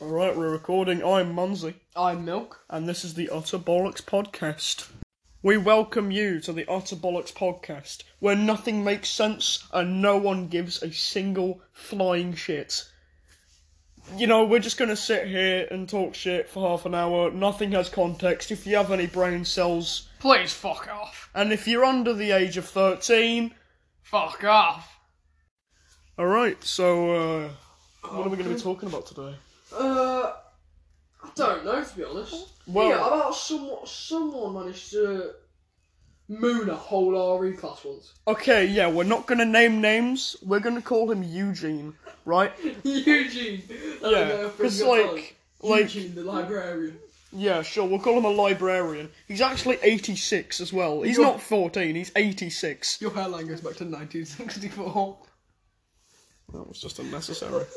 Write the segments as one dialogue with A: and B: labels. A: All right, we're recording. I'm Munsey,
B: I'm Milk.
A: and this is the Utter Bollocks Podcast. We welcome you to the Utter Bollocks Podcast, where nothing makes sense and no one gives a single flying shit. You know, we're just gonna sit here and talk shit for half an hour. Nothing has context. If you have any brain cells,
B: Please fuck off.
A: and if you're under the age of 13.
B: Fuck off.
A: Alright, so, uh, what are we gonna be talking about today?
B: Uh, I don't know to be honest.
A: Well-
B: yeah, about someone. Someone managed to moon a whole RE class once.
A: Okay, yeah, we're not gonna name names. We're gonna call him Eugene, right?
B: Eugene.
A: Yeah, because like, like,
B: Eugene the librarian.
A: yeah, sure, we'll call him a librarian. He's actually 86 as well. He's
B: You're-
A: not 14, he's 86.
B: Your hairline goes back to 1964.
A: That was just unnecessary.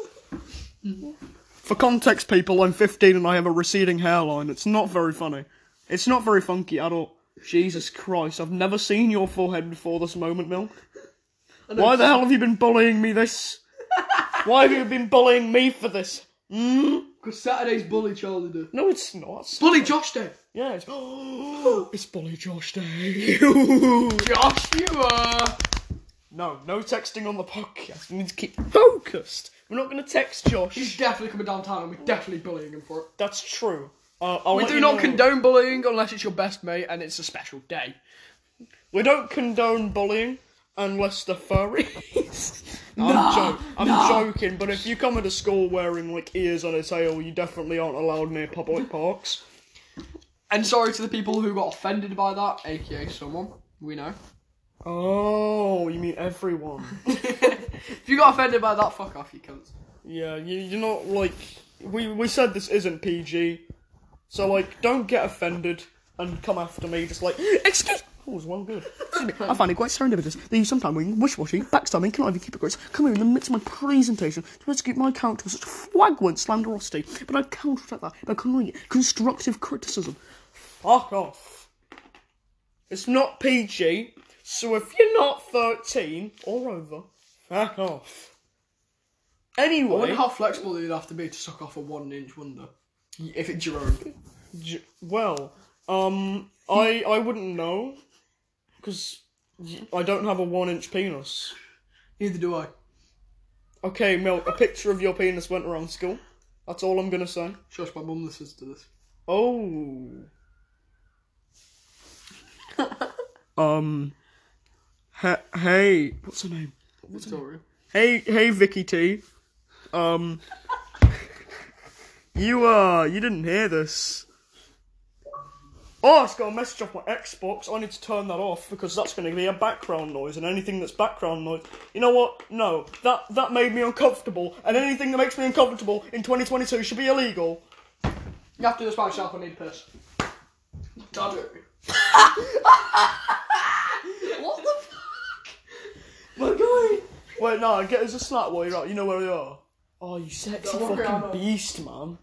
A: For context, people, I'm 15 and I have a receding hairline. It's not very funny. It's not very funky at all. Jesus Christ, I've never seen your forehead before this moment, Milk.
B: I know,
A: Why the hell have you been bullying me this? Why have you been bullying me for this? Mm?
B: Because Saturday's bully Charlie Day.
A: No, it's not.
B: Bully Josh Day.
A: Yeah, it's, it's Bully Josh Day. no,
B: Josh, you are.
A: no texting on the podcast. We need to keep focused. We're not going to text
B: He's
A: Josh.
B: definitely coming downtown, and we're definitely bullying him for it.
A: That's true. Uh, I'll
B: We
A: let
B: do
A: you
B: not
A: know.
B: condone bullying unless it's your best mate and it's a special day.
A: We don't condone bullying unless they're furries. No, I'm, jo- I'm joking, but if you come into school wearing like ears on a tail, you definitely aren't allowed near public parks.
B: And sorry to the people who got offended by that, aka someone we know.
A: Oh, you mean everyone?
B: if you got offended by that, fuck off, you cunts.
A: Yeah, you, you're not like we we said this isn't PG, so like don't get offended and come after me just like excuse. Oh, was one good. Excuse me, I find it quite serendipitous that you sometimes wish-washy, backstabbing, conniving, hypocrites come here in the midst of my presentation to execute my character with such flagrant slanderosity, but I counterattack that by connoying constructive criticism. Fuck off. It's not PG, so if you're not 13 or over, fuck off.
B: I wonder
A: Anyway,
B: how flexible you'd have to be to suck off a one inch wonder. Y- If it's your own.
A: J- well, um, I I wouldn't know, because I don't have a one-inch penis.
B: Neither do I.
A: Okay, Mel, a picture of your penis went around school. That's all I'm gonna say.
B: Shush, my mum listens to this.
A: Oh. um. He- hey, what's her name?
B: Victoria.
A: Hey, hey, Vicky T. Um. you uh, you didn't hear this. Oh, it's got a message off my Xbox. I need to turn that off because that's going to be a background noise, and anything that's background noise, you know what? No, that that made me uncomfortable, and anything that makes me uncomfortable in 2022 should be illegal.
B: You have to do this by yourself, I need piss. Daddy. what the fuck? My guy!
A: Wait, no, get us a snack while you're out. You know where we are. Oh, you sexy
B: Don't worry, I
A: fucking
B: know.
A: beast, man.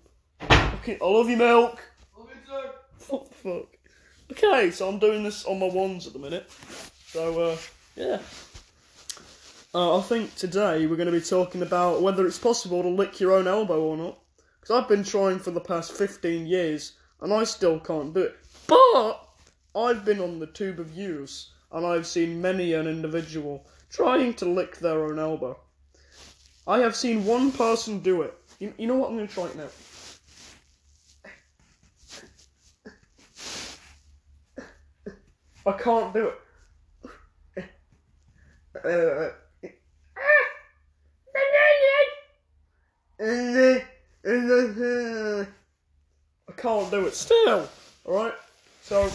A: Okay, I love you, milk. What the fuck? Okay, so I'm doing this on my wands at the minute. So, uh, yeah. Uh, I think today we're going to be talking about whether it's possible to lick your own elbow or not. Because I've been trying for the past 15 years and I still can't do it. But I've been on the tube of use and I've seen many an individual trying to lick their own elbow. I have seen one person do it. You, you know what? I'm going to try it now. I can't do it. I can't do it still. Alright? So,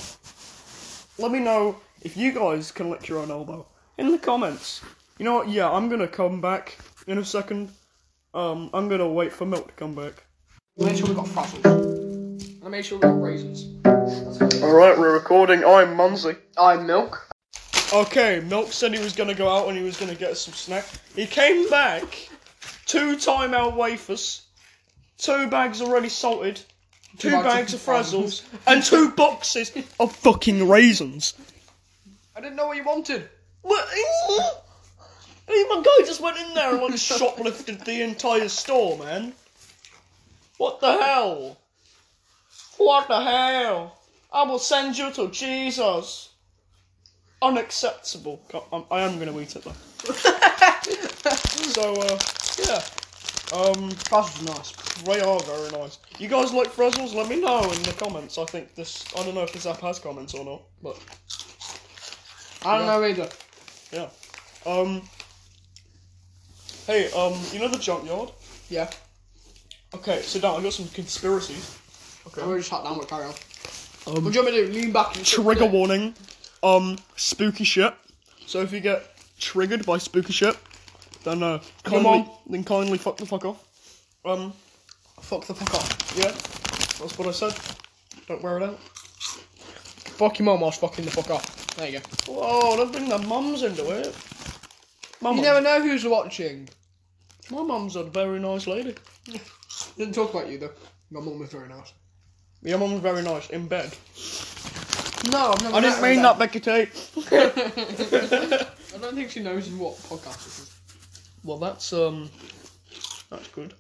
A: let me know if you guys can lick your own elbow in the comments. You know what? Yeah, I'm gonna come back in a second. Um, I'm gonna wait for Milk to come back.
B: I made sure we got frazzles. And I made sure we got raisins.
A: Alright, we're recording. I'm Munsey.
B: I'm milk.
A: Okay, Milk said he was gonna go out and he was gonna get us some snack. He came back, two timeout wafers, two bags already salted, two,
B: bags of
A: bags of
B: frazzles.
A: frazzles, and two boxes of fucking raisins.
B: I didn't know what you wanted.
A: What? I mean, my guy just went in there and like shoplifted the entire store, man. What the hell? What the hell? I will send you to Jesus. Unacceptable. God, I'm, I am going to eat it though. So, uh, yeah. Um, Frazzles are nice. They are very nice. You guys like Frazzles? Let me know in the comments. I think this. I don't know if this app has comments or not, but
B: I don't know either.
A: um. Hey, um, you know the junkyard?
B: Yeah.
A: Okay, sit down. I got some conspiracies.
B: I'm gonna just shut down with carry on.
A: Um,
B: What do you want me to do? Lean back and
A: trigger warning. Um, spooky shit. So if you get triggered by spooky shit, then uh,
B: Come
A: kindly,
B: on.
A: then kindly fuck the fuck off. Um,
B: Fuck the fuck off.
A: yeah, that's what I said. Don't wear it out.
B: Fuck your mum whilst fucking the fuck off. There you go.
A: Whoa, don't bring the mums into it. My
B: You
A: mum,
B: never know who's watching.
A: my mum's a very nice lady.
B: Didn't talk about you though. My mum was very nice.
A: Your mum's very nice in bed.
B: No, I've never.
A: I
B: met
A: didn't
B: her
A: mean
B: then.
A: that, Becky T.
B: I don't think she knows in what podcast this is.
A: Well, that's um, that's good.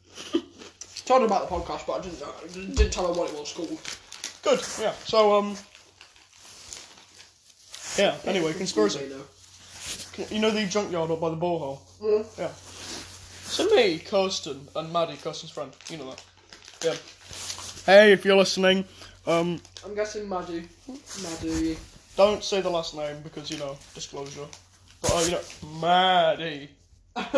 B: She told her about the podcast, but I didn't know. I didn't tell her what it was called.
A: Good, yeah. So um, yeah. Anyway, conspiracy. You know the junkyard up by the borehole?
B: Yeah.
A: Yeah. So me, Kirsten, and Maddie, Kirsten's friend. You know that. Yeah. Hey, if you're listening, um,
B: I'm guessing Maddu. Maddu.
A: don't say the last name because, you know, disclosure. But, uh, you know, Maddie. Yeah.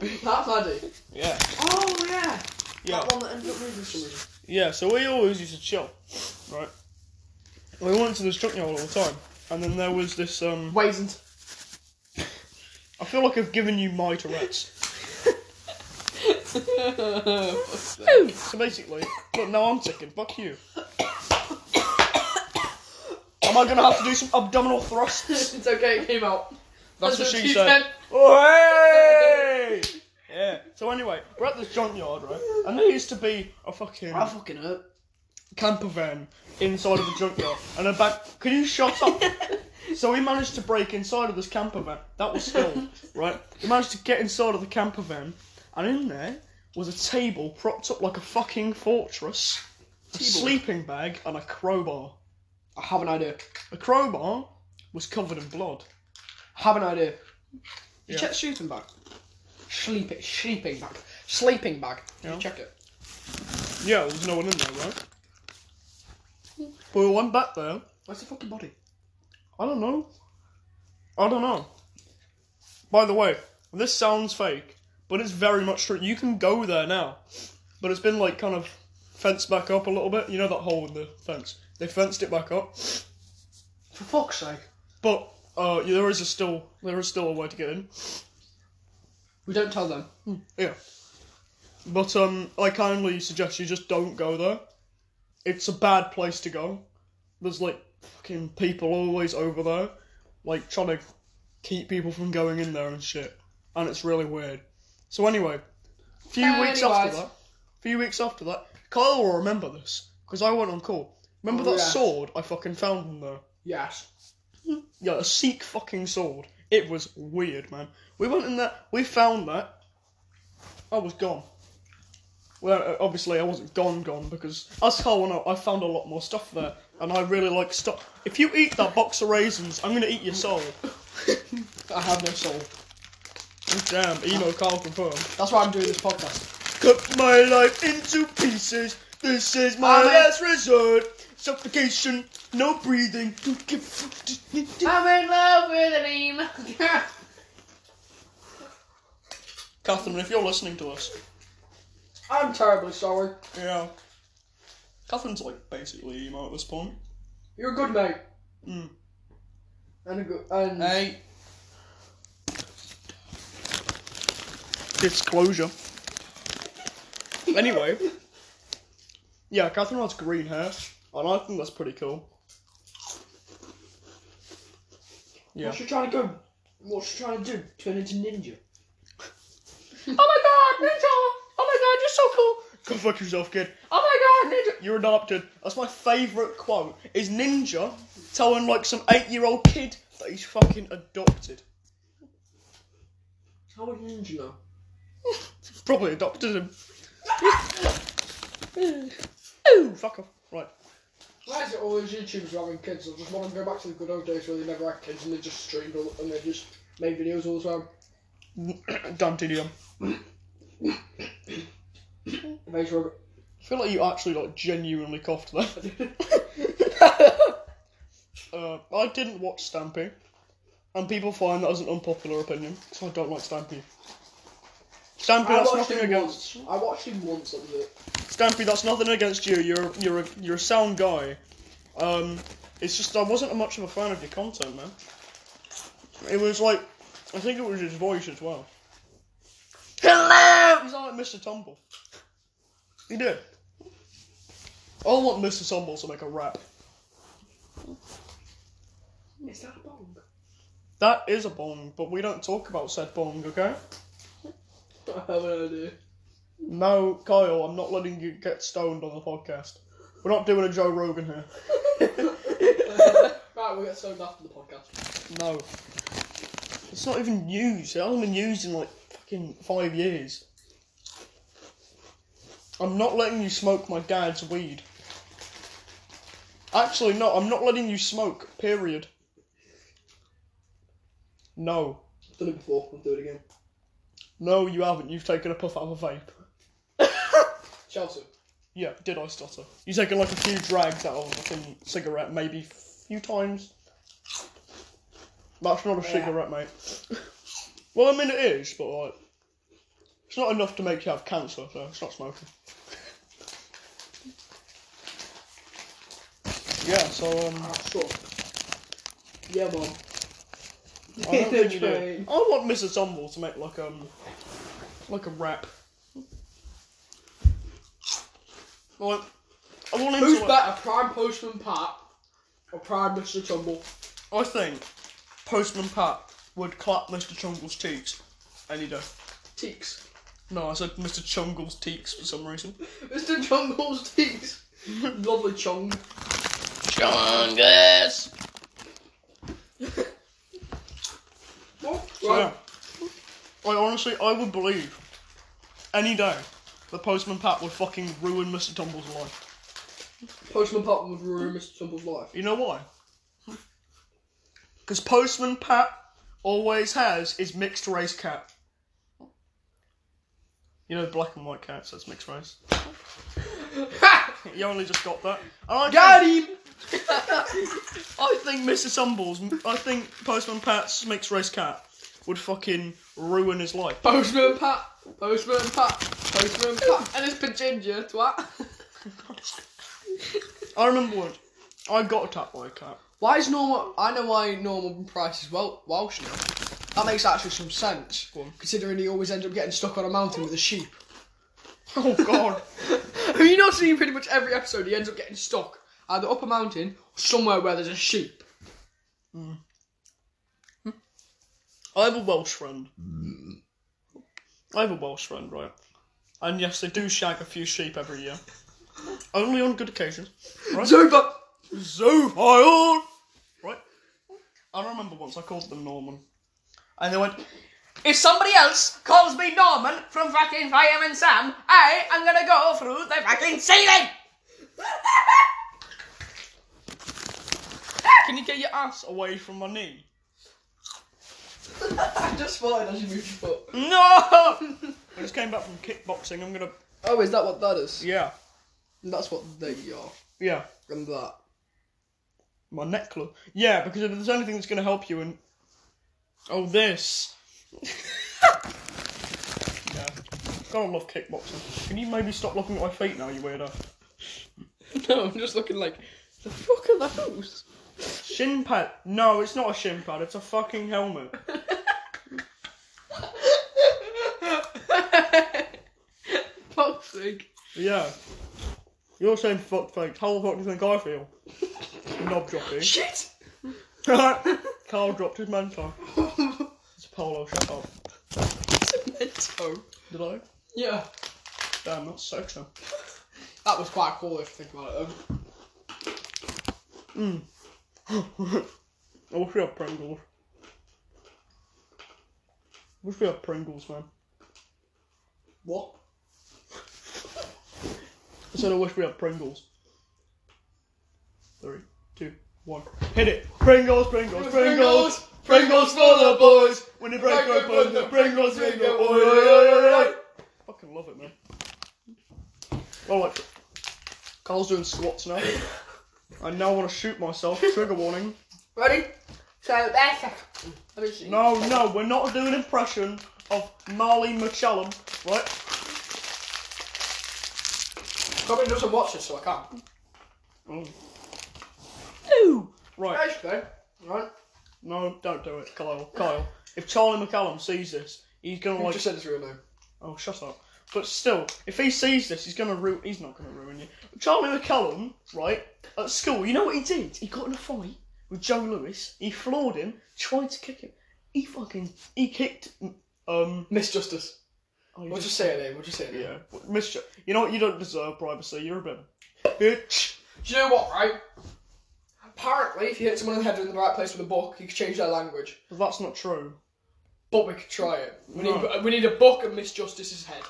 B: That Maddu.
A: Yeah.
B: Oh yeah.
A: Yeah.
B: That one that ended up moving for some reason.
A: Yeah, so we always used to chill, right? We went to this junkyard all the time. And then there was this, um,
B: Wasn't.
A: I feel like I've given you my Tourette's. So basically, look, now I'm ticking. Fuck you. Am I gonna have to do some abdominal thrusts?
B: it's okay. It came out.
A: That's what
B: what
A: she
B: she
A: said.
B: said.
A: Oh, hey! Yeah. So anyway, we're at this junkyard, right? And there used to be a fucking
B: I fucking hurt.
A: camper van inside of the junkyard, and a back. Can you shut up? so we managed to break inside of this camper van. That was filmed, right? We managed to get inside of the camper van, and in there was a table propped up like a fucking fortress, a sleeping bag, and a crowbar.
B: I have an idea.
A: The crowbar was covered in blood.
B: I have an idea. You
A: Yeah.
B: check shooting bag. Sleep it. Sleeping bag. Sleeping bag.
A: Yeah.
B: You check it.
A: Yeah, there was no one in there, right? But we went back there.
B: Where's the fucking body?
A: I don't know. I don't know. By the way, this sounds fake, but it's very much true. You can go there now, but it's been like kind of fenced back up a little bit. You know that hole in the fence? They fenced it back up,
B: For fuck's sake.
A: but uh, yeah, there is a still there is still a way to get in.
B: We don't tell them.
A: Yeah. But um, I kindly suggest you just don't go there. It's a bad place to go. There's like fucking people always over there, like trying to keep people from going in there and shit. And it's really weird. So anyway, a few weeks after
B: Anyways.
A: that, few weeks after that, Kyle will remember this because I went on call. Remember
B: Oh,
A: that
B: yeah.
A: sword I fucking found in there?
B: Yes.
A: Yeah, a Sikh fucking sword. It was weird, man. We went in there, we found that. I was gone. Well, uh, obviously I wasn't gone, gone because as Carl will know, I found a lot more stuff there, and I really like stuff. If you eat that box of raisins, I'm gonna eat your soul.
B: I have no soul.
A: Damn, emo Carl confirmed.
B: That's why I'm doing this podcast.
A: Cut my life into pieces. This is my
B: I'm in.
A: last resort. Suffocation, no breathing.
B: I'm in love with an emo.
A: Catherine, if you're listening to us,
B: I'm terribly sorry.
A: Yeah. Catherine's like basically emo at this point.
B: You're a good mate.
A: Mm.
B: And a good and
A: Hey. Disclosure. anyway. Yeah, Catherine has green hair, and I think that's pretty cool. Yeah.
B: what's she trying to go? What's she trying to do? Turn into ninja?
A: Oh my god, Ninja! Oh my god, you're so cool! Go fuck yourself, kid. Oh my god, Ninja! You're adopted. That's my favourite quote, is Ninja telling like some eight-year-old kid that he's fucking adopted.
B: How would ninja know?
A: Probably adopted him. fuck off. Right.
B: Why is it all these YouTubers who are having kids? I just want to go back to the good old days where they never had kids and they just streamed all, and they just made videos all the time.
A: Dan TDM.
B: Amazing Robert.
A: I feel like you actually like genuinely coughed there. uh, I didn't watch Stampy, and people find that as an unpopular opinion, so I don't like Stampy. Stampy,
B: I
A: that's
B: watched
A: nothing
B: him
A: against
B: once. I watched him once. That was it.
A: Stampy. That's nothing against you. You're you're a, you're a sound guy. Um, it's just I wasn't much of a fan of your content, man. It was like I think it was his voice as well. Hello, he's like Mr. Tumble. He did. I want Mr. Tumble to make a rap.
B: Is that a bong?
A: That is a bong, but we don't talk about said bong, okay?
B: I have no idea.
A: No, Kyle, I'm not letting you get stoned on the podcast. We're not doing a Joe Rogan here.
B: right, we'll get stoned after the podcast.
A: No. It's not even used. It hasn't been used in like fucking five years. I'm not letting you smoke my dad's weed. Actually, no, I'm not letting you smoke, period. No.
B: I've done it before. I'll do it again.
A: No, you haven't. You've taken a puff out of a vape.
B: Chelsea.
A: Yeah, did I stutter? You've taken like a few drags out of a fucking cigarette, maybe few times. That's not a
B: Yeah.
A: cigarette, mate. well, I mean it is, but like, it's not enough to make you have cancer, so it's not smoking. Yeah, so um,
B: Ah, sure. Yeah, mom.
A: I don't think you do. I want Mr. Tumble to make like um, like a rap. Like, I want him
B: Who's
A: to. like-
B: better, Prime Postman Pat or Prime Mr. Tumble?
A: I think Postman Pat would clap Mr. Chungle's cheeks any day.
B: Teeks.
A: No, I said Mr. Chungle's cheeks for some reason.
B: Mr. Jungle's teeks. Lovely chong.
A: Chungus!
B: What?
A: So, yeah. I honestly, I would believe any day that Postman Pat would fucking ruin Mr. Tumble's life.
B: Postman Pat would ruin Mr. Tumble's life.
A: You know why? Because Postman Pat always has his mixed race cat. You know, black and white cats, that's mixed race.
B: Ha!
A: You only just got that. And I
B: Got him!
A: I think Mr. Sumbles, I think Postman Pat's mixed race cat would fucking ruin his life.
B: Postman Pat. Postman Pat. Postman Pat. And his ginger twat.
A: I remember when I got attacked by a cat.
B: Why is normal? I know why normal price is Wel- Welsh now. That makes actually some sense,
A: Go on.
B: considering he always ends up getting stuck on a mountain with a sheep.
A: Oh god.
B: Have you not seen pretty much every episode? He ends up getting stuck either up a mountain or somewhere where there's a sheep.
A: I have a Welsh friend. I have a Welsh friend, right? And yes, they do shag a few sheep every year. Only on good occasions.
B: Zuba.
A: Zophile! Right? I remember once I called them Norman. And they went,
C: If somebody else calls me Norman from fucking Fireman Sam, I am gonna go through the fucking ceiling!
A: Can you get your ass away from my knee?
B: I just farted as you moved your foot.
A: No! I just came back from kickboxing. I'm gonna.
B: Oh, is that what that is?
A: Yeah.
B: That's what they are.
A: Yeah.
B: Remember that.
A: My necklace. Yeah, because if there's anything that's going to help you in. Oh, this. yeah. Gotta love kickboxing. Can you maybe stop looking at my feet now, you weirdo?
B: No, I'm just looking like the fuck are those?
A: Shin pad. No, it's not a shin pad, it's a fucking helmet.
B: Fuck's sake.
A: Yeah. You're saying fuck fakes. How the fuck do you think I feel? Knob jockey.
B: Shit.
A: Carl dropped his mentor. It's Polo, shut up.
B: Cemento.
A: Did I?
B: Yeah.
A: Damn, that's sexy.
B: That was quite cool if you think about it. though.
A: I wish we had Pringles. wish we had Pringles, man.
B: What?
A: I said I wish we had Pringles. three, two, one. Hit it. Pringles, Pringles, Pringles.
B: Pringles.
A: Pringles for the boys. When you break open the Pringles, Pringles. Oi, oi, oi, oi, oi. Fucking love it, man. All right. Carl's doing squats now. I now want to shoot myself. Trigger warning.
C: Ready? So that's Let me see.
A: No, no, we're not doing an impression of Marley McShallum, right?
B: Tommy doesn't watch this, so I can't.
A: Ooh. Right.
B: Basically, right?
A: No, don't do it, Kyle. Kyle. If Charlie McCallum sees this, he's gonna
B: You
A: like.
B: just said his real name.
A: Oh, shut up. But still, if he sees this, he's gonna ruin. He's not gonna ruin you. Charlie McCallum, right? At school, you know what he did? He got in a fight with Joe Lewis. He floored him. Tried to kick him. He fucking. He kicked. Um.
B: Miss Justice.
A: oh, he
B: We'll
A: just-
B: just say her name, we'll just say her name.
A: yeah. Mister. You know what? You don't deserve privacy. You're a bit. of a Bitch.
B: Do you know what, right? Apparently, if you hit someone in the head in the right place with a book, you can change their language.
A: But that's not true.
B: But we could try it. We need,
A: No.
B: we need a book and Miss Justice's head.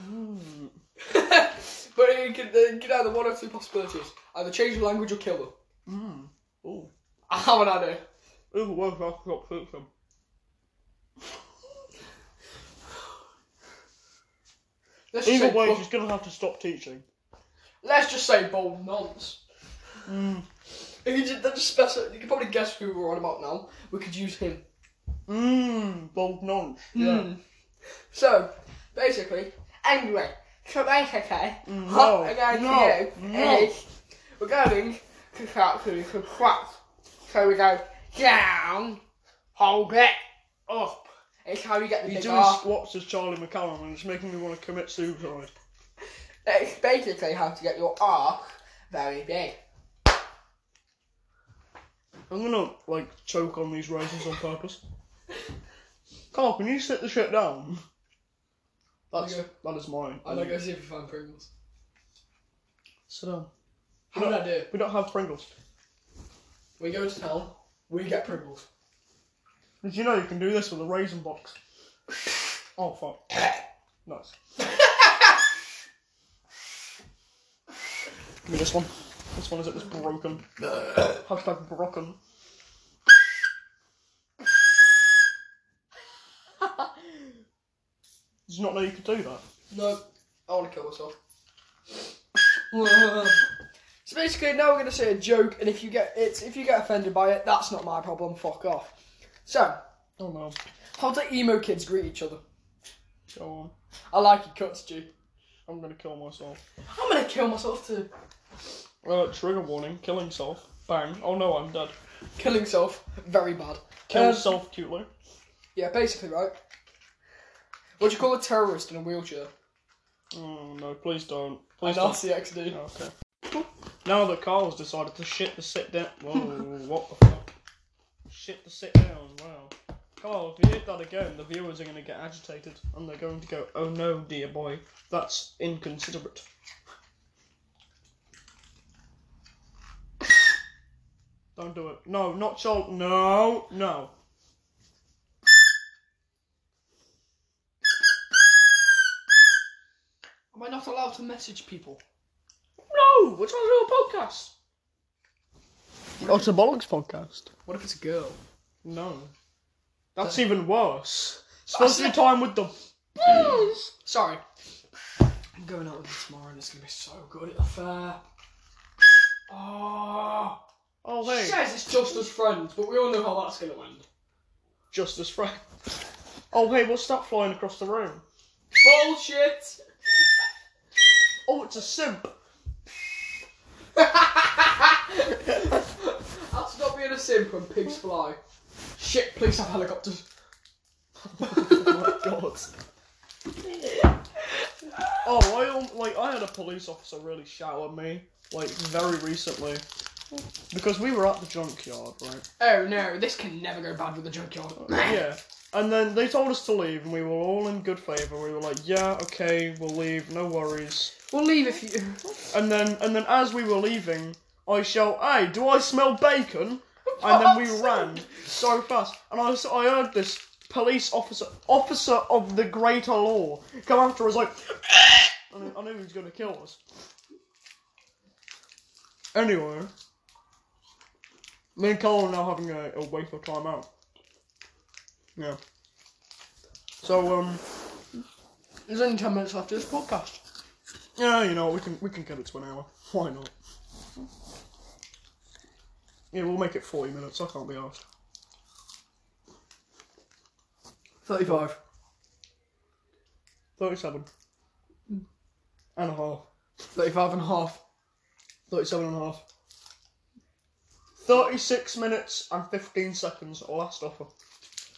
A: Hmm.
B: but you can, you can either one of two possibilities. Either change the language or kill them.
A: Mm. Ooh.
B: I have an idea.
A: Either way, I got pooped them.
B: Let's just,
A: Either
B: say,
A: way,
B: bold-
A: she's gonna have to stop teaching.
B: let's just say bold nonce.
A: Mm.
B: If you, did, that just specify, you can probably guess who we're on about now. We could use him.
A: Mmm, bold nonce. Yeah.
B: Hmm. So, basically, anyway, so basically,
A: Mm,
B: what
A: no,
B: we're going
A: no,
B: to do
A: no.
B: is we're going to start doing some squats. So we go down, hold it, up. It's how you get the
A: He's
B: big
A: doing
B: R.
A: squats as Charlie McCallum and it's making me want to commit suicide.
B: It's basically how to get your arc very big.
A: I'm gonna, like, choke on these raisins on purpose. Carl, can you sit the shit down? That's,
B: Okay.
A: that is mine.
B: see if we find Pringles.
A: Sit down.
B: How did I do?
A: We don't have Pringles.
B: We go to town, we get Pringles.
A: Did you know you can do this with a raisin box? Oh, fuck. nice. Give me this one. This one is it was broken. Hashtag broken. Did you not know you could do that?
B: No, I want to kill myself. so basically, now we're going to say a joke, and if you get it's if you get offended by it, that's not my problem. Fuck off. So,
A: Oh no.
B: how do emo kids greet each other?
A: Go on.
B: I like your cuts, G.
A: I'm gonna kill myself.
B: I'm gonna kill myself too.
A: Uh, trigger warning. Killing self. Bang. Oh no, I'm dead.
B: Killing self, very bad.
A: Kill
B: Um,
A: self cutely.
B: Yeah, basically, right. What do you call a terrorist in a wheelchair?
A: Oh no, please don't.
B: An
A: Please don't.
B: RCX dude.
A: Okay. Now that Carl's decided to shit the sit down. Whoa, what the fuck? Shit the sit down, wow. Carl, if you did that again, the viewers are going to get agitated and they're going to go, oh no, dear boy, that's inconsiderate. Don't do it. No, not Charles. No, no.
B: Am I not allowed to message people?
A: No! We're trying to do a podcast! Oh, it's a bollocks podcast.
B: What if it's a girl?
A: No. That's even worse. Supposed to be time with the
B: Sorry. I'm going out with you tomorrow and it's gonna be so good at the fair. Oh,
A: Oh hey,
B: says it's just as friends, but we all know how that's gonna end.
A: just as friend. Oh hey, what's that flying across the room?
B: Bullshit!
A: Oh, it's a simp.
B: That's not being a simp when pigs fly. Shit, police have helicopters.
A: Oh my god. oh, I al- like I had a police officer really shout at me like very recently because we were at the junkyard, right?
B: Oh no, this can never go bad with the junkyard.
A: yeah. And then they told us to leave, and we were all in good favour. We were like, "Yeah, okay, we'll leave, no worries."
B: We'll leave if you.
A: And then, and then as we were leaving, I shout, "Hey, do I smell bacon?" And then we ran so fast, and I, s- I heard this police officer, officer of the greater law, come after us like, and I knew he was gonna kill us. Anyway, Me and Colin are now having a, a wafer time out. Yeah. So um,
B: There's only 10 minutes left of this podcast.
A: yeah, you know we can we can get it to an hour. Why not? Yeah, we'll make it forty minutes. I can't be asked.
B: 35.
A: Thirty-seven and a half.
B: 35 and a half.
A: Thirty-seven and a half. Thirty-six minutes and fifteen seconds. Our last offer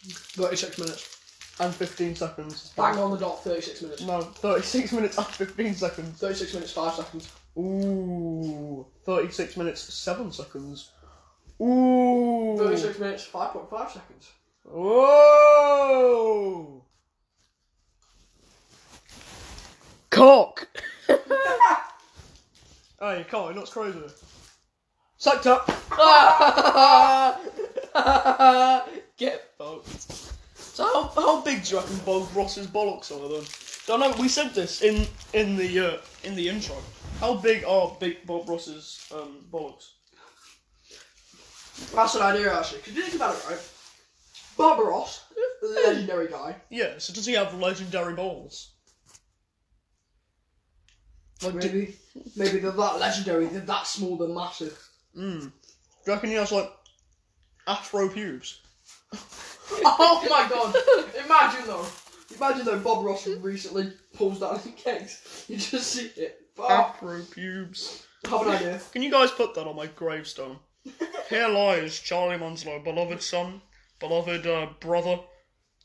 B: 36 minutes.
A: and fifteen seconds.
B: Bang on the dot, 36 minutes.
A: No, 36 minutes and 15 seconds.
B: 36 minutes, 5 seconds.
A: Ooh, 36 minutes, 7 seconds. Ooh.
B: 36 minutes, 5.5 seconds.
A: Whoa. Cock. hey, Colin, that's crazy. Sucked up. Get fucked. So how, how big do you reckon Bob Ross's bollocks are then? Don't know. We said this in in the uh, in the intro. How big are Big Bob Ross's um, bollocks?
B: That's an idea, actually. Because you think about it, right? Bob Ross, the legendary guy.
A: Yeah. So does he have legendary balls?
B: maybe, maybe they're that legendary, they're that small, they're massive.
A: Mm. Do you reckon he has like afro pubes?
B: oh my god! Imagine though. Imagine though Bob Ross recently pulls down the cakes. You just see it. Oh,
A: Afro pubes.
B: I have an idea.
A: Can you guys put that on my gravestone? Here lies Charlie Munslow, beloved son, beloved uh, brother,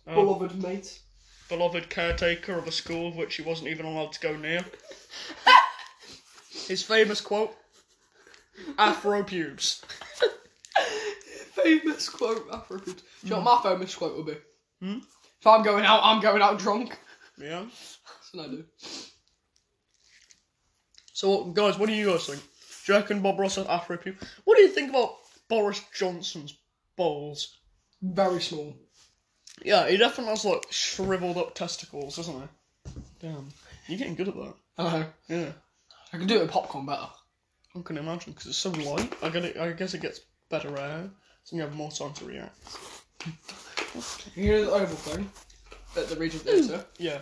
A: uh,
B: Beloved mate.
A: beloved caretaker of a school of which he wasn't even allowed to go near. His famous quote Afro pubes.
B: Famous quote, African. Do you know what my famous quote will be?
A: Hmm?
B: If I'm going out, I'm going out drunk.
A: Yeah?
B: That's what I do.
A: So, what- guys, what do you guys think? Do you reckon Bob Ross has Afro pubes? What do you think about Boris Johnson's balls?
B: Very small.
A: Yeah, he definitely has like shriveled up testicles, doesn't he? Damn. You're getting good at that.
B: I know.
A: Yeah.
B: I can do it with popcorn better.
A: I can imagine because it's so light. I get it. I guess it gets better air, so you have more time to react.
B: You know the oval thing at the Regent Theatre?
A: Yeah.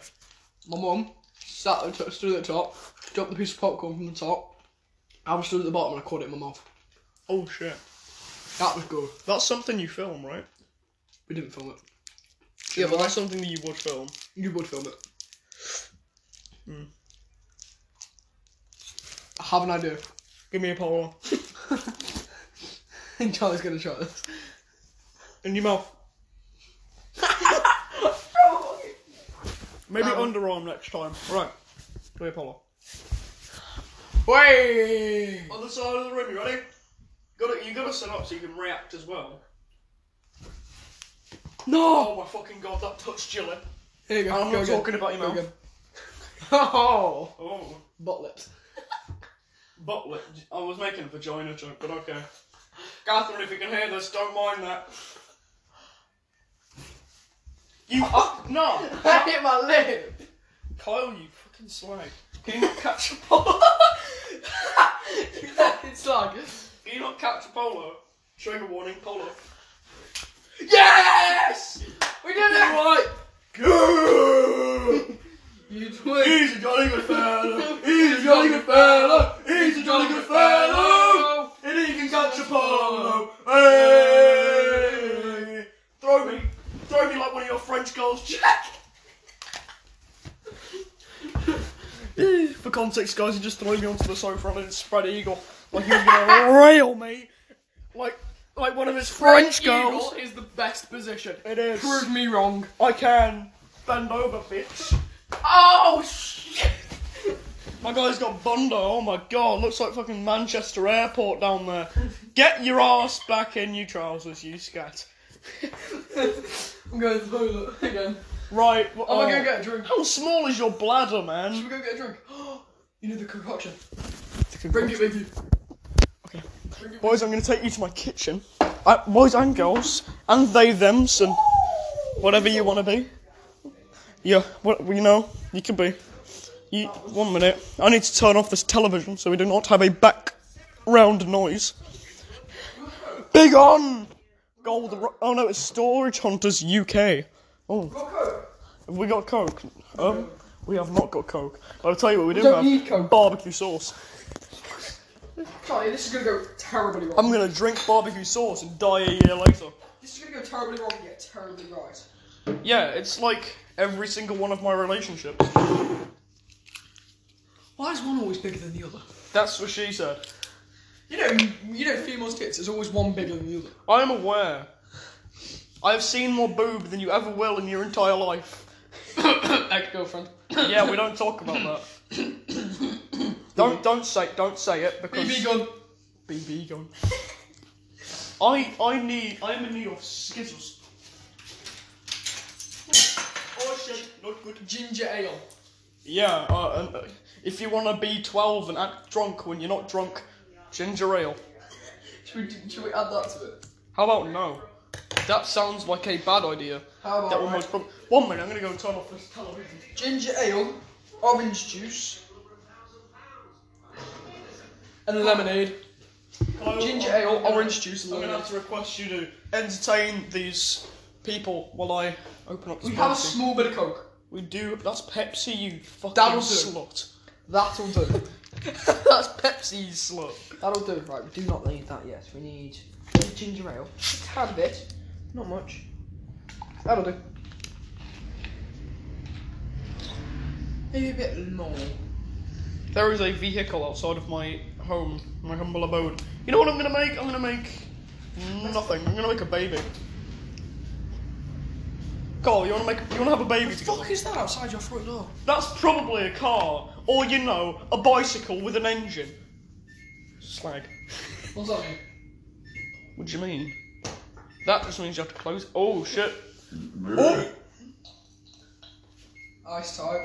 B: My mum sat and t- stood at the top, dropped the piece of popcorn from the top. I was stood at the bottom and I caught it in my mouth.
A: Oh shit.
B: That was good.
A: That's something you film, right?
B: We didn't film it.
A: Yeah, but that's something that you would film.
B: You would film it.
A: Hmm.
B: I have an idea.
A: Give me a polo.
B: And Charlie's gonna try this.
A: In your mouth. Maybe
B: Um.
A: underarm next time. Right. Give me a polo.
B: Wait!
A: On the side of the room. You ready? Got to You got to set up so you can react as well.
B: No!
A: Oh my fucking god! That touched your lip.
B: Here you go.
A: I'm
B: go
A: not
B: again.
A: talking about your
B: Go
A: mouth.
B: again. Oh!
A: Oh.
B: Butt lips.
A: Butt lip. I was making a vagina joke, but okay. Catherine, if you can hear this, don't mind that. You uh, no,
B: I hit my lip!
A: Kyle, you fucking slag. Can you not catch a polo?
B: it's like.
A: Can you not catch a polo? Trigger warning, polo.
B: Yes! We did it!
A: Right. Good.
B: You twin!
A: He's a jolly good fella. He's a jolly good fella. He's a jolly good fella. And he can catch a polo. Hey! Throw me, throw me like one of your French girls, Jack. For context, guys, he just threw me onto the sofa and then spread eagle like he was gonna rail me, like like one of his French girls.
B: is the best position.
A: It is.
B: Prove me wrong.
A: I can bend over, bitch.
B: Oh shit!
A: My guy's got Bunda. Oh my god, looks like fucking Manchester Airport down there. Get your ass back in your trousers, you scat.
B: I'm going to the toilet again.
A: Right. wh-
B: I'm gonna get a drink.
A: How small is your bladder,
B: Should
A: man?
B: we go get a drink? you need the concoction. Bring it with you.
A: Okay.
B: Bring it with
A: Boys, I'm gonna take you to my kitchen. I, boys and girls, and they, thems, and whatever you wanna be. Yeah, what you know, you can be. You, one minute. I need to turn off this television so we do not have a background noise.
B: you.
A: Big on! Gold. Ru- oh no, it's Storage Hunters UK. Oh,
B: Got Coke?
A: have we got Coke? Um, we have not got Coke. I'll tell you what we do
B: don't
A: have.
B: need Coke.
A: Barbecue sauce.
B: Charlie, this is gonna go terribly wrong.
A: I'm gonna drink barbecue sauce and die a year later.
B: This is gonna go terribly wrong and get terribly right.
A: Yeah, it's like every single one of my relationships.
B: Why is one always bigger than the other?
A: That's what she said.
B: You know, you know, females' tits is always one bigger than the other.
A: I am aware. I've seen more boob than you ever will in your entire life.
B: Ex-girlfriend.
A: Yeah, we don't talk about that. don't don't say don't say it because
B: BB gun.
A: BB gun. I I need I'm in need of skittles. Oh shit, not good.
B: Ginger ale.
A: Yeah, uh, and, uh, if you wanna be 12 and act drunk when you're not drunk, ginger ale.
B: Should we, should we add that to it?
A: How about no? That sounds like a bad idea.
B: How
A: That
B: about
A: almost prob- One minute, I'm gonna go and turn off this television.
B: ginger ale, orange juice, and lemonade.
A: Kyle,
B: Ginger
A: I'm-
B: ale,
A: I'm gonna-
B: orange juice, and
A: I'm gonna have
B: lemonade.
A: to request you to entertain these people while I open up this
B: We have a
A: bottle.
B: small bit of coke.
A: We do. That's Pepsi, you fucking
B: That'll do.
A: slut.
B: That'll do.
A: that's Pepsi, you slut.
B: That'll do. Right, we do not need that yet. We need ginger ale. A tad bit. Not much. That'll do. Maybe a bit more.
A: There is a vehicle outside of my home, my humble abode. You know what I'm gonna make? I'm gonna make nothing. I'm gonna make a baby. Carl, you wanna make? You wanna have a baby?
B: The
A: together?
B: fuck is that outside your front door?
A: That's probably a car, or you know, a bicycle with an engine. Slag.
B: What's that mean?
A: What do you mean? That just means you have to close. Oh shit. Oh.
B: Ice type.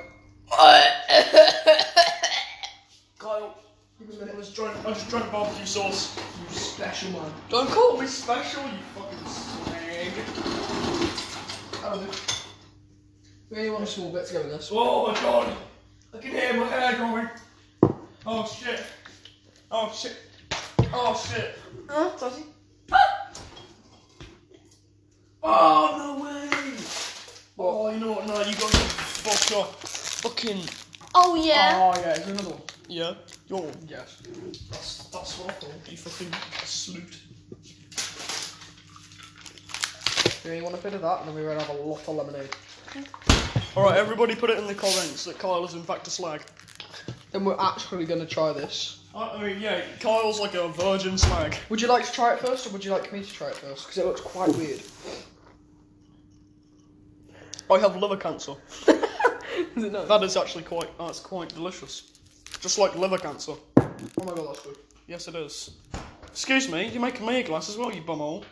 A: Kyle,
B: Give me a
A: I
B: minute.
A: just drank, I just drank barbecue sauce.
B: You special man.
A: Don't call me special, you fucking slag.
B: That'll do. We only want a small bit to go in this.
A: Oh my god. I can hear my hair growing. Oh shit. Oh shit. Oh shit.
B: Uh, Tati.
A: Oh no way. Oh, you know what? No, you gotta fuck off. Fucking.
C: Oh yeah.
B: Oh yeah, there's another one.
A: Yeah. You're.
B: Yes.
A: That's, that's what I thought. You fucking snoot.
B: We only want a bit of that, and then we're gonna have a lot of lemonade.
A: Alright, everybody put it in the comments that Kyle is in fact a slag. Uh,
B: Then we're actually gonna try this.
A: I I mean, yeah, Kyle's like a virgin slag.
B: Would you like to try it first, or would you like me to try it first? Because it looks quite weird.
A: I have liver cancer.
B: Is it not?
A: That is actually quite, that's quite delicious. Just like liver cancer.
B: Oh my god, that's good.
A: Yes, it is. Excuse me, you're making me a glass as well, you bumhole.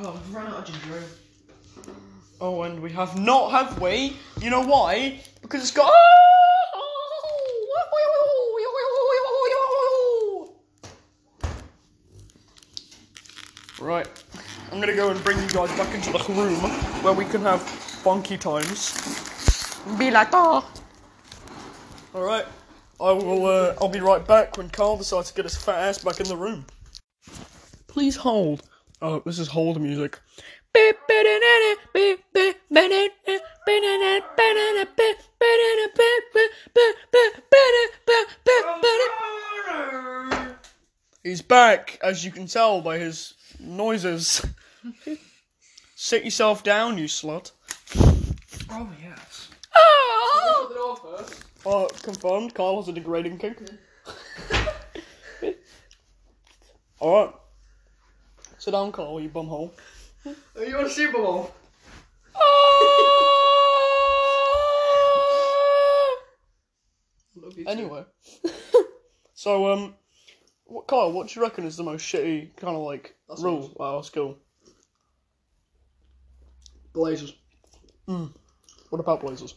B: Oh, I've run out of ginger ale.
A: Oh, and we have not, have we? You know why? Because it's got. Right, I'm gonna go and bring you guys back into the room where we can have funky times.
C: Be like "Oh." that.
A: All right, I will. Uh, I'll be right back when Carl decides to get his fat ass back in the room. Please hold. Oh, this is hold music. He's back, as you can tell by his noises. Sit yourself down, you slut.
B: Oh yes.
C: Oh.
B: the door first.
A: Uh, confirmed, Kyle has a degrading kink. Alright. Sit down, Kyle, you bumhole.
B: Are you on a Super Bowl? Love you too.
A: Anyway. so, um, what, Kyle, what do you reckon is the most shitty kind of like
B: That's
A: rule at our school?
B: Blazers.
A: What about blazers?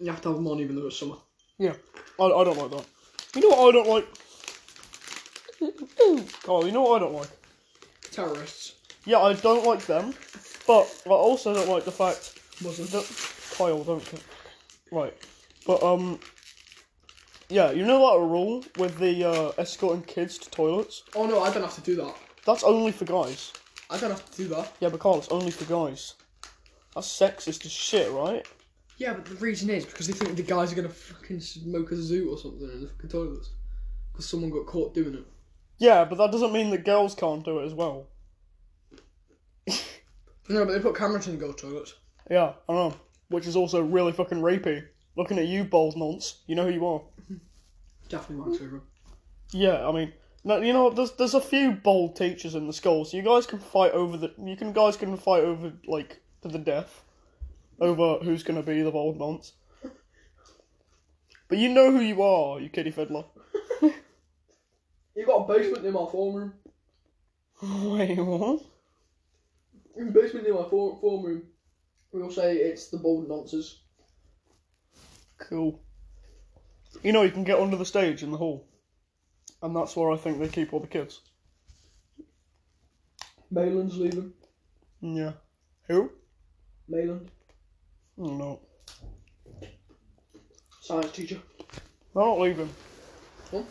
B: You have to have them on even though it's summer.
A: Yeah, I, I don't like that. You know what I don't like? Kyle, you know what I don't like?
B: Terrorists.
A: Yeah, I don't like them, but I also don't like the fact
B: Muslims.
A: that Kyle don't. care. Right, but um, Yeah, you know that rule with the uh, escorting kids to toilets?
B: Oh no, I don't have to do that.
A: That's only for guys.
B: I don't have to do that.
A: Yeah, but Carl, it's only for guys. That's sexist as shit, right?
B: Yeah, but the reason is because they think the guys are gonna fucking smoke a zoo or something in the fucking toilets. Because someone got caught doing it.
A: Yeah, but that doesn't mean that girls can't do it as well.
B: No, but they put cameras in girls' toilets.
A: Yeah, I know. Which is also really fucking rapey. Looking at you, bald nonce. You know who you are.
B: Definitely my favourite.
A: Yeah, I mean, no, you know what? There's there's a few bold teachers in the school, so you guys can fight over the you can guys can fight over like to the death over who's gonna be the bold nonce. But you know who you are, you kiddie fiddler.
B: You got a basement in my form room.
A: Wait, what?
B: In the basement in my form, form room, we'll say it's the bald nonces.
A: Cool. You know you can get under the stage in the hall, and that's where I think they keep all the kids.
B: Malin's leaving.
A: Yeah. Who?
B: Malin,
A: Oh, no,
B: science teacher.
A: they're not leaving.
B: Huh?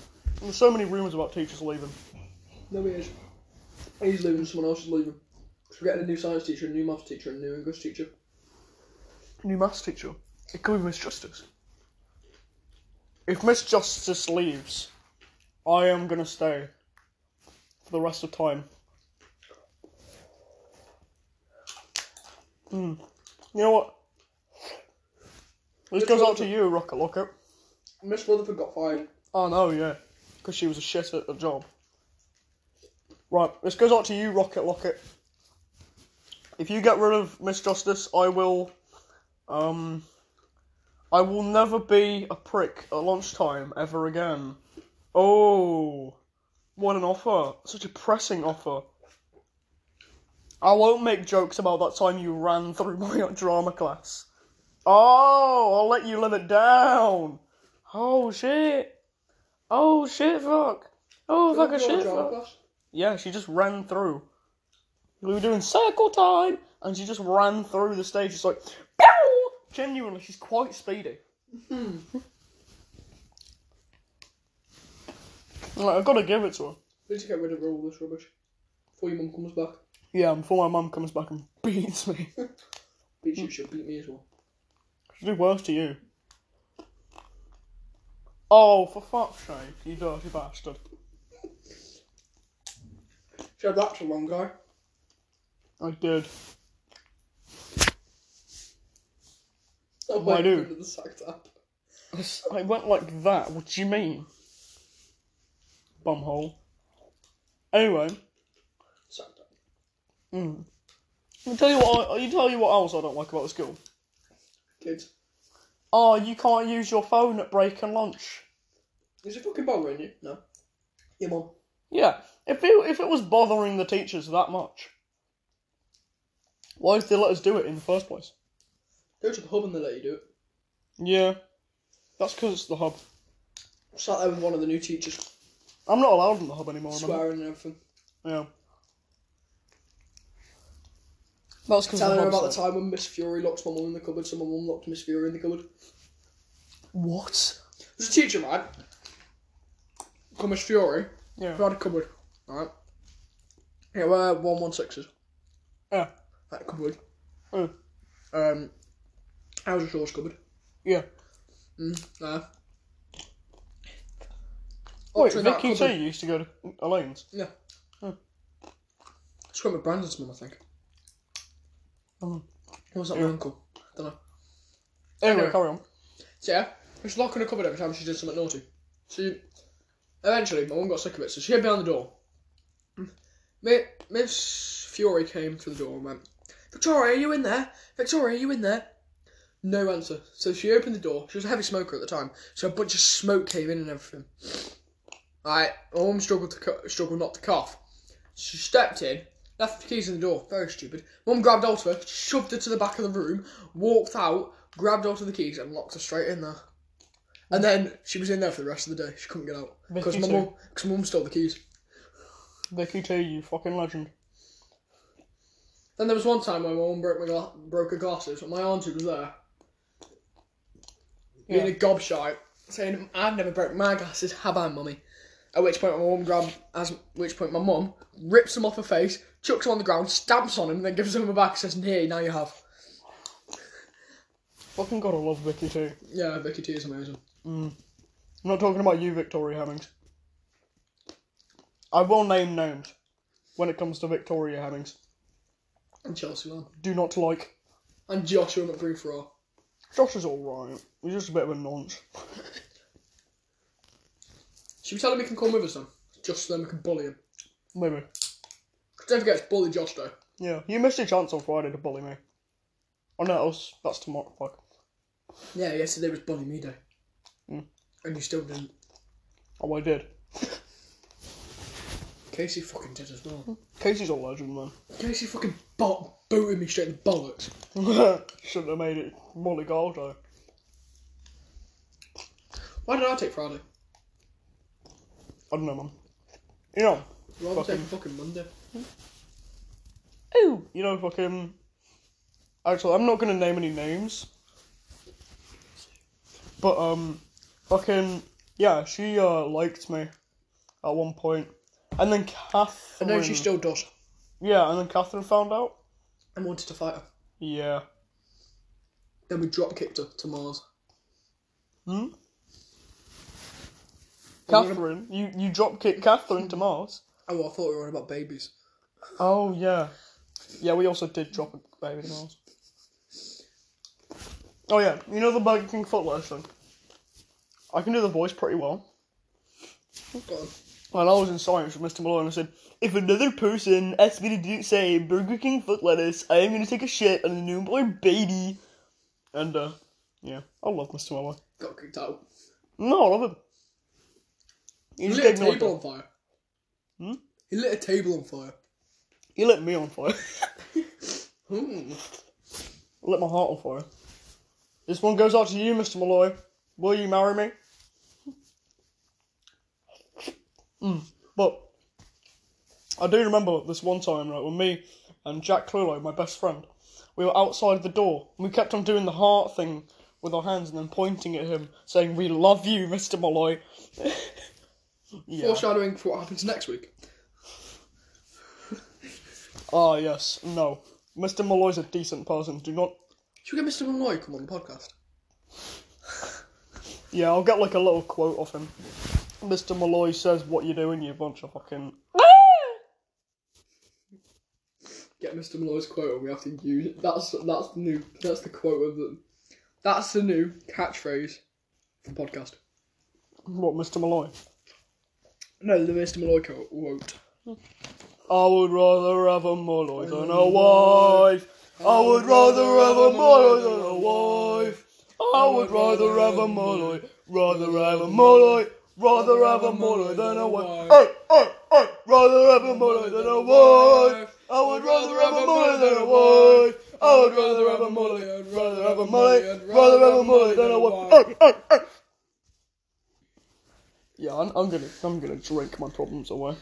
A: There's so many rumours about teachers leaving.
B: No, he is. He's leaving, someone else is leaving. 'Cause we're getting a new science teacher, a new maths teacher, and a new English teacher.
A: new maths teacher. It could be Miss Justice. If Miss Justice leaves, I am gonna stay for the rest of time. Hmm. You know what? This
B: Which
A: goes
B: one
A: out to
B: is
A: you, Rocket Locker.
B: Miss Rutherford got fired.
A: Oh no, yeah, because she was a shit at the job. Right, this goes out to you, Rocket Locket. If you get rid of Miss Justice, I will, um, I will never be a prick at lunchtime ever again. Oh, what an offer! Such a pressing offer. I won't make jokes about that time you ran through my drama class. Oh, I'll let you live it down. Oh shit. Oh shit, fuck. Oh,
B: Did
A: fucking
B: you go to
A: shit,
B: drama
A: fuck.
B: class?
A: Yeah, she just ran through. We were doing circle time, and she just ran through the stage. It's like, Bow! genuinely, she's quite speedy. like, I've got to give it to her.
B: We need to get rid of all this rubbish before your mum comes back.
A: Yeah, and before my mum comes back and beats me.
B: Beat you, she'll beat me as well.
A: She'll do worse to you. Oh, for fuck's sake, you dirty bastard.
B: She had raps a long guy.
A: I did.
B: Oh,
A: Why
B: wait,
A: do?
B: under The sack tap.
A: I went like that. What do you mean? Bumhole. Anyway,
B: Sack tap.
A: mm. I'll tell you what. I, I'll tell you what else I don't like about the school.
B: Kids.
A: Oh, you can't use your phone at break and lunch.
B: Is it fucking bothering you? No. Your mum.
A: Yeah, if it if it was bothering the teachers that much, why did they let us do it in the first place?
B: Go to the hub and they let you do it.
A: Yeah, that's because it's the hub.
B: Sat there with one of the new teachers,
A: I'm not allowed in the hub anymore. Remember?
B: swearing and everything.
A: Yeah. That's because
B: Telling her about the time when Miss Fury locked my mum in the cupboard, so my mum locked Miss Fury in the cupboard.
A: What?
B: There's a teacher, right? Called Miss Fury,
A: Yeah.
B: who had a cupboard, right? Yeah, we're 116s.
A: Yeah.
B: That cupboard.
A: Mm.
B: Um, I was a source cupboard.
A: Yeah.
B: Mm, nah.
A: Wait,
B: Locked her in that
A: Vicky too
B: cupboard.
A: used to go to Elaine's.
B: Yeah.
A: Oh.
B: It's went with Brandon's mum, I think.
A: Oh.
B: Or was that
A: Yeah.
B: my uncle? I don't know.
A: Anyway,
B: Anyway.
A: carry on.
B: So yeah, she's locking her cupboard every time she did something naughty. She eventually, my mum got sick of it, so she hid behind the door. Mi- Miss Fury came to the door and went, "Victoria, are you in there? Victoria, are you in there?" No answer. So she opened the door. She was a heavy smoker at the time, so a bunch of smoke came in and everything. Right, my mum struggled to cu- struggled not to cough. She stepped in, left the keys in the door. Very stupid. Mum grabbed hold of her, shoved her to the back of the room, walked out, grabbed hold of the keys, and locked her straight in there. And then she was in there for the rest of the day. She couldn't get out because
A: Vicky
B: my
A: too.
B: mum, because mum stole the keys.
A: Vicky too, you fucking legend.
B: Then there was one time when my mum broke my gla- broke her glasses, and my auntie was there, being
A: Yeah.
B: a gobshite. saying, "I've never broke my glasses, have I, mummy?" At which point my mum grabs, as which point my mum rips them off her face, chucks them on the ground, stamps on them, and then gives them her back. and Says, "Here, now you have."
A: Fucking gotta love Vicky too.
B: Yeah, Vicky T is amazing.
A: I'm not talking about you, Victoria Hemmings. I will name names when it comes to Victoria Hemmings.
B: And Chelsea one.
A: Do not like.
B: And Joshua McBree for all.
A: Josh is alright. He's just a bit of a nonce.
B: Should we tell him he can come with us then? Just so then we can bully him.
A: Maybe.
B: Don't forget, it's bully Josh though.
A: Yeah, you missed your chance on Friday to bully me. Oh no, that was, that's tomorrow. Fuck.
B: Yeah, yesterday was bully me day.
A: Mm.
B: And you still didn't.
A: Oh, I did.
B: Casey fucking did as well.
A: Casey's a legend, man.
B: Casey fucking bot booted me straight in the bollocks.
A: Shouldn't have made it Monte Carlo.
B: Why did I take Friday?
A: I don't know, man. You know,
B: Well,
A: Fucking-
B: I'm
A: Oh
B: taking fucking Monday.
A: Ooh. you know, fucking. Actually, I'm not gonna name any names. But um, fucking yeah, she uh liked me at one point, and then
B: And
A: Catherine.
B: now she still does.
A: Yeah, and then Catherine found out.
B: And wanted to fight her.
A: Yeah.
B: Then we drop kicked her to Mars.
A: Hmm.
B: gonna-
A: Catherine, you you drop kick Catherine to Mars.
B: Oh, I thought we were on about babies.
A: Oh yeah, yeah. We also did drop a baby to Mars. Oh yeah, you know the Burger King footwear thing. I can do the voice pretty well.
B: Go on.
A: When I was in science with Mr. Malone, I said, "If another person asks me to do say Burger King foot lettuce, I am going to take a shit on a newborn baby." And uh, yeah, I love Mr. Malone.
B: Got kicked out.
A: No, I love him. He
B: He
A: just
B: lit a
A: gave me like
B: table
A: a-
B: on fire.
A: Hmm?
B: He lit a table on fire.
A: he lit me on fire.
B: Hmm.
A: Let my heart on fire. This one goes out to you, Mr. Malloy. Will you marry me? Mm. But I do remember this one time, right, when me and Jack Clulow, my best friend, we were outside the door and we kept on doing the heart thing with our hands and then pointing at him, saying, We love you, Mr. Malloy. yeah.
B: Foreshadowing for what happens next week.
A: Ah, yes. No. Mr. Malloy's a decent person. Do not
B: Should we get Mr. Malloy to come on the podcast?
A: Yeah, I'll get like a little quote off him. Mr. Malloy says, "What you doing, you bunch of fucking."
B: Get Mr. Malloy's quote and we have to use it. That's that's the new that's the quote of the that's the new catchphrase for the podcast.
A: What, Mr. Malloy?
B: No, the Mr. Malloy quote won't.
A: I would rather have a Malloy than a wife. I would rather have a Malloy than a wife. I would rather have a Malloy. Rather have a Malloy. Rather have a Malloy than a wife. Hey, hey, hey! Rather have a Malloy than a wife. I would rather have a Malloy than a wife. I would rather have a Malloy.
B: I'd
A: Rather have a mullet, rather have a mullet than a wife. Uh, uh, uh. Yeah, I'm, I'm gonna, I'm gonna drink my problems away.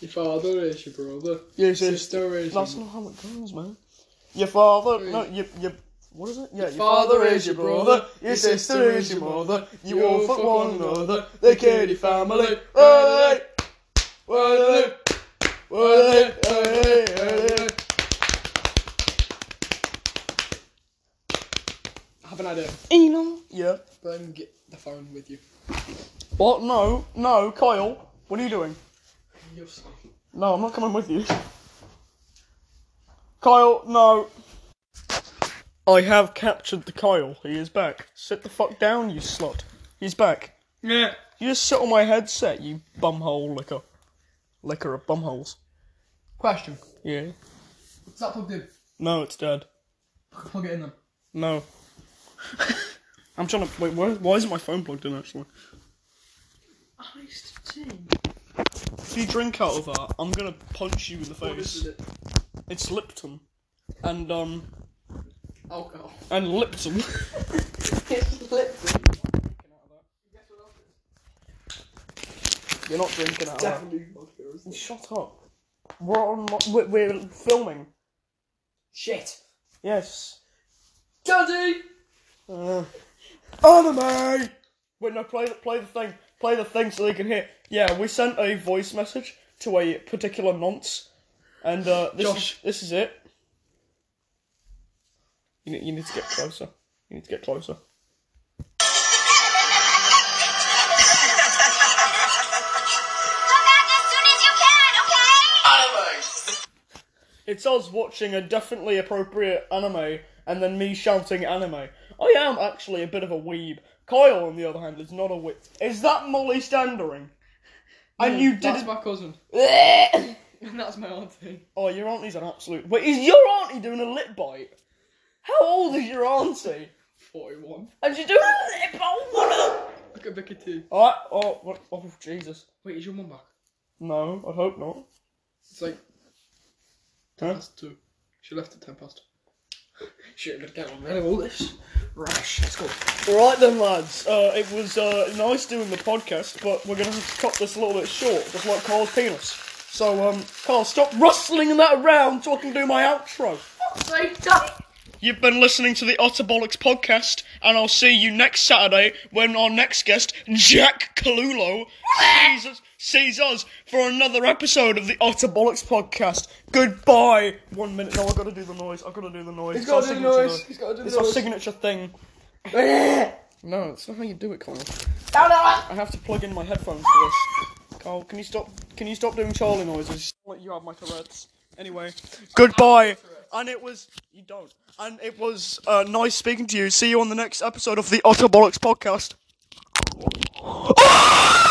B: Your father is your brother.
A: Yes,
B: Your
A: yes.
B: sister is your
A: That's not how it goes, man. Your father, no, your, your, what is it? Yeah, your father is your brother, your sister is your mother. You all fuck one another, the Kennedy family. Hey, hey, hey, hey, hey.
B: I have an idea.
A: Enum. Yeah.
B: Then get the phone with you.
A: What? No, no, Kyle. What are you doing?
B: You're sorry.
A: No, I'm not coming with you. Kyle, no. I have captured the Kyle. He is back. Sit the fuck down, you slut. He's back.
B: Yeah.
A: You just sit on my headset, you bumhole licker. Licker of bumholes.
B: Question.
A: Yeah.
B: Is that plugged in?
A: No, it's dead.
B: I can plug it in then.
A: No. I'm trying to. Wait, why, why isn't my phone plugged in actually?
B: Iced tea.
A: If you drink out of that, I'm gonna punch you in the face.
B: it?
A: It's Lipton. And, um.
B: Alcohol.
A: And Lipton.
B: It's Lipton.
A: You're not drinking out of that.
B: Definitely vodka, isn't it?
A: Shut up. We're on. We're, we're filming.
B: Shit.
A: Yes.
B: Daddy!
A: Uh, anime. Wait, no, play the, play the thing. Play the thing so they can hear. Yeah, we sent a voice message to a particular nonce, and uh, this,
B: Josh.
A: Is, this is it. You need, you need to get closer. You need to get closer.
D: Come back as soon as you can, okay?
A: It's us watching a definitely appropriate anime and then me shouting anime. I am actually a bit of a weeb. Kyle, on the other hand, is not a weeb. Is that Molly Standering? And you
B: That's
A: did
B: my cousin.
A: it.
B: And that's my auntie.
A: Oh, your auntie's an absolute. Wait, is your auntie doing a lip bite? How old is your auntie?
B: 41.
A: And she's doing a lip bite.
B: Look at Vicky too.
A: Alright, oh, what, oh, Jesus.
B: Wait, is your mum back?
A: No, I'd hope not.
B: It's like
A: Huh?
B: past two. She left at ten past. Shit, I'm gonna get on with all this. Rash, let's go.
A: Right then, lads. Uh, it was uh, nice doing the podcast, but we're gonna have to cut this a little bit short, just like Carl's penis. So, um, Carl, stop rustling that around so I can do my outro. You've been listening to the Otter Bollocks podcast, and I'll see you next Saturday when our next guest, Jack Kalulo, sees us, sees us for another episode of the Otter Bollocks podcast. Goodbye. One minute. No, I've got to do the noise. I've got to do the noise.
B: He's
A: It's our
B: gotta do the
A: signature
B: noise. He's gotta do the
A: It's our
B: noise.
A: signature thing. No, that's not how you do it, Carl. I have to plug in my headphones for this. Carl, can you stop? Can you stop doing Charlie noises? I'll let you have my Tourette's. Anyway, goodbye. And it was you don't. And it was uh, nice speaking to you. See you on the next episode of the Otter Bollocks podcast.